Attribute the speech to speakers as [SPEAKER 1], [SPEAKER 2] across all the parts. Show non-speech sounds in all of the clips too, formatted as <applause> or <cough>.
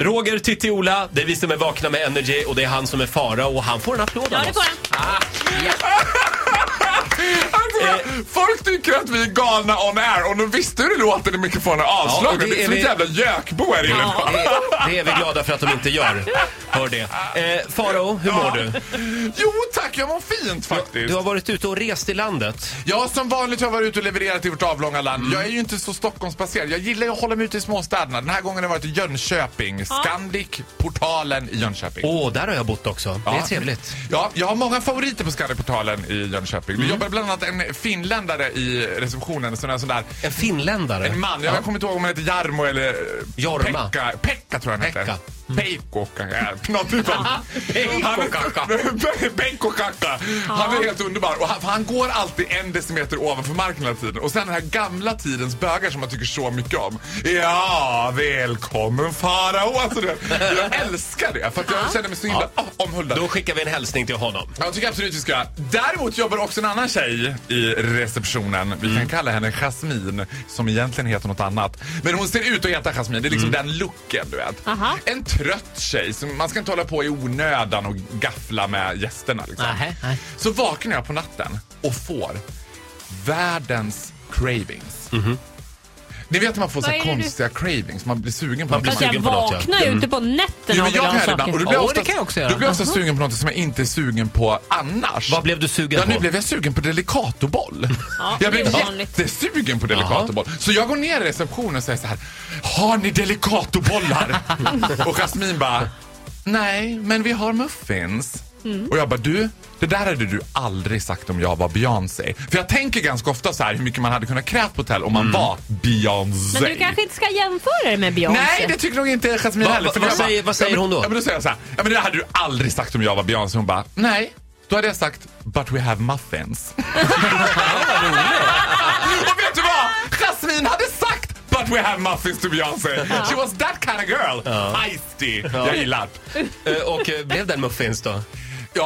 [SPEAKER 1] Roger, Titti, Ola, det är vi som är vakna med Energy och det är han som är fara och han får en applåd
[SPEAKER 2] Ja,
[SPEAKER 1] av
[SPEAKER 2] det
[SPEAKER 1] oss.
[SPEAKER 2] får han.
[SPEAKER 3] Alltså,
[SPEAKER 1] Eh,
[SPEAKER 3] folk tycker att vi är galna on air och de visste hur det låter när mikrofonen är
[SPEAKER 1] Ja, och
[SPEAKER 3] avslagen.
[SPEAKER 1] det
[SPEAKER 3] det är
[SPEAKER 1] är
[SPEAKER 3] som
[SPEAKER 1] vi-
[SPEAKER 3] ett jävla gökbo här inne.
[SPEAKER 2] Ja.
[SPEAKER 1] Det, det är vi glada för att de inte gör. Hör det. Eh, Faro, hur mår du?
[SPEAKER 3] Jo tack, jag mår fint faktiskt.
[SPEAKER 1] Du har varit ute och rest i landet.
[SPEAKER 3] Ja, som vanligt har jag varit ute och levererat i vårt avlånga land.
[SPEAKER 1] Mm.
[SPEAKER 3] Jag är ju inte så Stockholmsbaserad. Jag gillar ju att hålla mig ute i småstäderna. Den här gången har jag varit i Jönköping. Scandic, portalen i Jönköping.
[SPEAKER 1] Åh, där har jag bott också. Det är
[SPEAKER 3] Ja.
[SPEAKER 1] trevligt. Mm.
[SPEAKER 3] Ja, jag har många favoriter på Scandic-portalen i Jönköping. Det jobbar bland annat en finländare i receptionen. Sån där, sån där
[SPEAKER 1] En finländare.
[SPEAKER 3] En man, jag kommer inte ihåg om han heter Jarmo eller... eh,
[SPEAKER 1] Jorma.
[SPEAKER 3] Pekka, Pekka tror jag han
[SPEAKER 1] Pekka. Mm.
[SPEAKER 3] heter. Peikko kanske.
[SPEAKER 1] <laughs>
[SPEAKER 3] Något utan...
[SPEAKER 1] Peikkokakka.
[SPEAKER 3] <laughs> Peikkokakka. Han är helt underbar. Och han, han går alltid en decimeter ovanför marken hela tiden. Och sen den här gamla tidens bögar som man tycker så mycket om. Ja, välkommen farao. Alltså, det- jag älskar det. För att jag känner mig så himla ah, omhuldad.
[SPEAKER 1] Då skickar vi en hälsning till honom.
[SPEAKER 3] Ja, Jag tycker absolut vi ska. Däremot jobbar också en annan tjej i receptionen. Vi
[SPEAKER 1] Mm.
[SPEAKER 3] kan kalla henne Jasmine, som egentligen heter något annat. Men hon ser ut att heta Jasmine. Det är liksom
[SPEAKER 1] Mm.
[SPEAKER 3] den looken, du vet.
[SPEAKER 2] Aha.
[SPEAKER 3] En trött tjej. Som man ska inte hålla på i onödan och gaffla med gästerna. Liksom.
[SPEAKER 2] Nej, nej.
[SPEAKER 3] Så vaknar jag på natten och får världens cravings.
[SPEAKER 1] Mhm.
[SPEAKER 3] Ni vet när man får så här
[SPEAKER 2] Vad är det du-
[SPEAKER 3] konstiga cravings, man blir sugen på man
[SPEAKER 2] Fast jag
[SPEAKER 1] sugen på något, ja.
[SPEAKER 2] vaknar ju ute på
[SPEAKER 3] Jo,
[SPEAKER 2] nätterna
[SPEAKER 3] men
[SPEAKER 2] och vill
[SPEAKER 3] jag
[SPEAKER 2] ha
[SPEAKER 3] kan göra det ibland. Och
[SPEAKER 2] saker.
[SPEAKER 3] då blir jag
[SPEAKER 1] Ja, det
[SPEAKER 3] oftast,
[SPEAKER 1] kan jag också göra.
[SPEAKER 3] Då blir jag oftast sugen på något som jag inte är sugen på annars.
[SPEAKER 1] Vad blev du sugen
[SPEAKER 3] Ja, nu
[SPEAKER 1] på?
[SPEAKER 3] blev jag sugen på Delicatoboll.
[SPEAKER 2] Ja,
[SPEAKER 3] jag
[SPEAKER 2] det
[SPEAKER 3] blev
[SPEAKER 2] är vanligt.
[SPEAKER 3] jättesugen på Delicatoboll. Så jag går ner i receptionen och säger så här. Har
[SPEAKER 2] <laughs>
[SPEAKER 3] ni Delicatobollar? och Jasmin bara. Nej, men vi har muffins.
[SPEAKER 2] Mm.
[SPEAKER 3] Och jag bara, du, det där hade du aldrig sagt om jag var Beyoncé. För jag tänker ganska ofta så här hur mycket man hade kunnat krävt på hotell om man var Beyoncé.
[SPEAKER 2] Mm. Men du kanske inte ska jämföra det med Beyoncé?
[SPEAKER 3] Nej, det tycker nog inte Jasmine
[SPEAKER 1] Va-
[SPEAKER 3] heller.
[SPEAKER 1] va-
[SPEAKER 3] jag
[SPEAKER 1] vad säger- vad säger
[SPEAKER 3] ja, men,
[SPEAKER 1] hon då?
[SPEAKER 3] Ja, men då säger jag så här. Ja, men det hade du aldrig sagt om jag var Beyoncé. Hon bara, nej. Då hade jag sagt, but we
[SPEAKER 1] <laughs>
[SPEAKER 3] have muffins. Och vet du vad? Jasmine hade sagt, but we have muffins to Beyoncé. She was that kind of girl. Feisty. Jag gillar det.
[SPEAKER 1] Eh, Och eh, blev den muffins då?
[SPEAKER 2] Mm.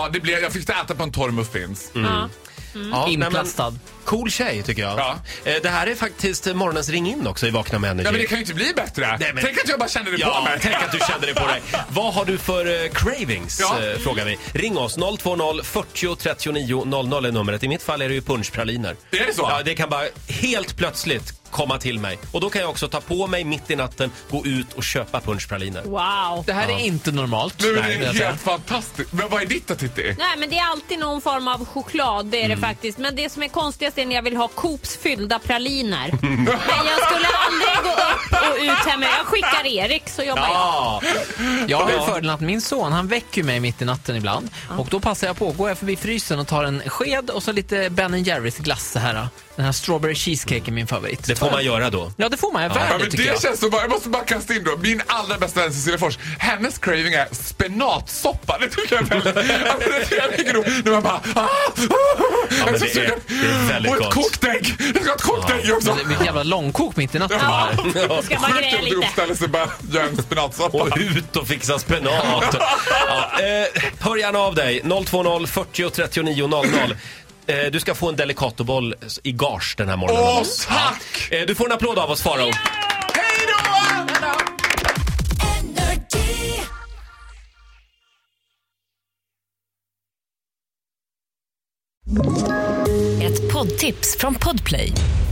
[SPEAKER 3] Ja, det blev, jag fick äta på en torr muffins.
[SPEAKER 1] Mm.
[SPEAKER 2] Ja.
[SPEAKER 1] Ja, nej, men-
[SPEAKER 4] Inplastad.
[SPEAKER 1] Cool tjej tycker jag.
[SPEAKER 3] Ja.
[SPEAKER 1] Eh, Det här är faktiskt eh, morgonens ring in också i Vakna med Energy.
[SPEAKER 3] Ja, men det kan ju inte bli bättre.
[SPEAKER 1] Nej, men-
[SPEAKER 3] Tänk att jag bara kände det på
[SPEAKER 1] Ja,
[SPEAKER 3] mig.
[SPEAKER 1] tänk att du kände det på dig. Vad har du för eh, cravings?
[SPEAKER 3] Ja.
[SPEAKER 1] Eh, frågar vi. Ring oss, 020 40 39 00 är numret. I mitt fall är det ju punschpraliner.
[SPEAKER 3] Är det så?
[SPEAKER 1] Ja, det kan bara helt plötsligt komma till mig. Och då kan jag också ta på mig mitt i natten, gå ut och köpa punschpraliner.
[SPEAKER 2] Wow.
[SPEAKER 4] Det här är inte normalt.
[SPEAKER 3] <laughs> Nu är
[SPEAKER 4] Nej,
[SPEAKER 3] det
[SPEAKER 4] jag
[SPEAKER 3] helt
[SPEAKER 4] säger.
[SPEAKER 3] fantastiskt. Men vad är ditt då, Titti?
[SPEAKER 2] Nej men det är alltid någon form av choklad, det är det
[SPEAKER 3] Mm.
[SPEAKER 2] faktiskt. Men det som är konstigast är när jag vill ha Coops fyllda
[SPEAKER 3] <laughs>
[SPEAKER 2] praliner. Men jag skulle aldrig gå upp och ut hemma. Jag skickar Erik så jobbar jag.
[SPEAKER 3] Ah.
[SPEAKER 1] Ja,
[SPEAKER 4] Jag har ju fördelen att min son han väcker ju mig mitt i natten ibland. Och då passar jag på, går jag förbi frysen och tar en sked och så lite Ben Jerrys glass så här. Den här strawberry cheesecake är min favorit.
[SPEAKER 1] det får man göra då.
[SPEAKER 4] Ja, det får man. Jag
[SPEAKER 3] Ja,
[SPEAKER 4] värd det
[SPEAKER 3] men
[SPEAKER 4] tycker jag.
[SPEAKER 3] det känns som bara, jag måste bara kasta in då. Min allra bästa vän Cecilia Fors, hennes craving är spenatsoppa. Det tycker jag är väldigt, alltså, det tycker jag är mycket roligt. När man bara... Ah, ah, jag
[SPEAKER 1] men
[SPEAKER 3] så
[SPEAKER 1] det är-
[SPEAKER 3] sugen.
[SPEAKER 1] det är väldigt
[SPEAKER 3] Och ett
[SPEAKER 1] gott.
[SPEAKER 3] kokt ägg! Jag ska ha ett kokt ägg också!
[SPEAKER 4] Men Alltså, det är Vilket jävla långkok mitt i natten.
[SPEAKER 2] Ja.
[SPEAKER 4] det här.
[SPEAKER 2] Jag ska bara
[SPEAKER 3] Sjukt
[SPEAKER 2] greja
[SPEAKER 3] om du
[SPEAKER 2] lite.
[SPEAKER 3] uppställer sig och bara gör en spenatsoppa.
[SPEAKER 1] Och ut och fixa spenat. Ja, eh, hör gärna av dig. 020 40 39 00. Eh, du ska få en Delicatoboll i gage den här morgonen.
[SPEAKER 3] Åh,
[SPEAKER 1] av oss.
[SPEAKER 3] tack!
[SPEAKER 1] Ja. Eh, du får en applåd av oss, Farao.
[SPEAKER 3] Hej då!
[SPEAKER 5] Ett poddtips från Podplay.